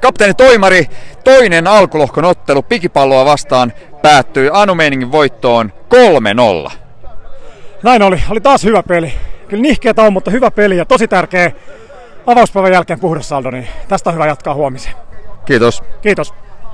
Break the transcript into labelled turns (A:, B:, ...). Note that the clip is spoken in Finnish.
A: Kapteeni Toimari, toinen alkulohkon ottelu pikipalloa vastaan päättyi Anu Meiningin voittoon 3-0.
B: Näin oli. Oli taas hyvä peli. Kyllä nihkeetä on, mutta hyvä peli ja tosi tärkeä avauspäivän jälkeen puhdas saldo, niin tästä on hyvä jatkaa huomiseen.
A: Kiitos.
B: Kiitos.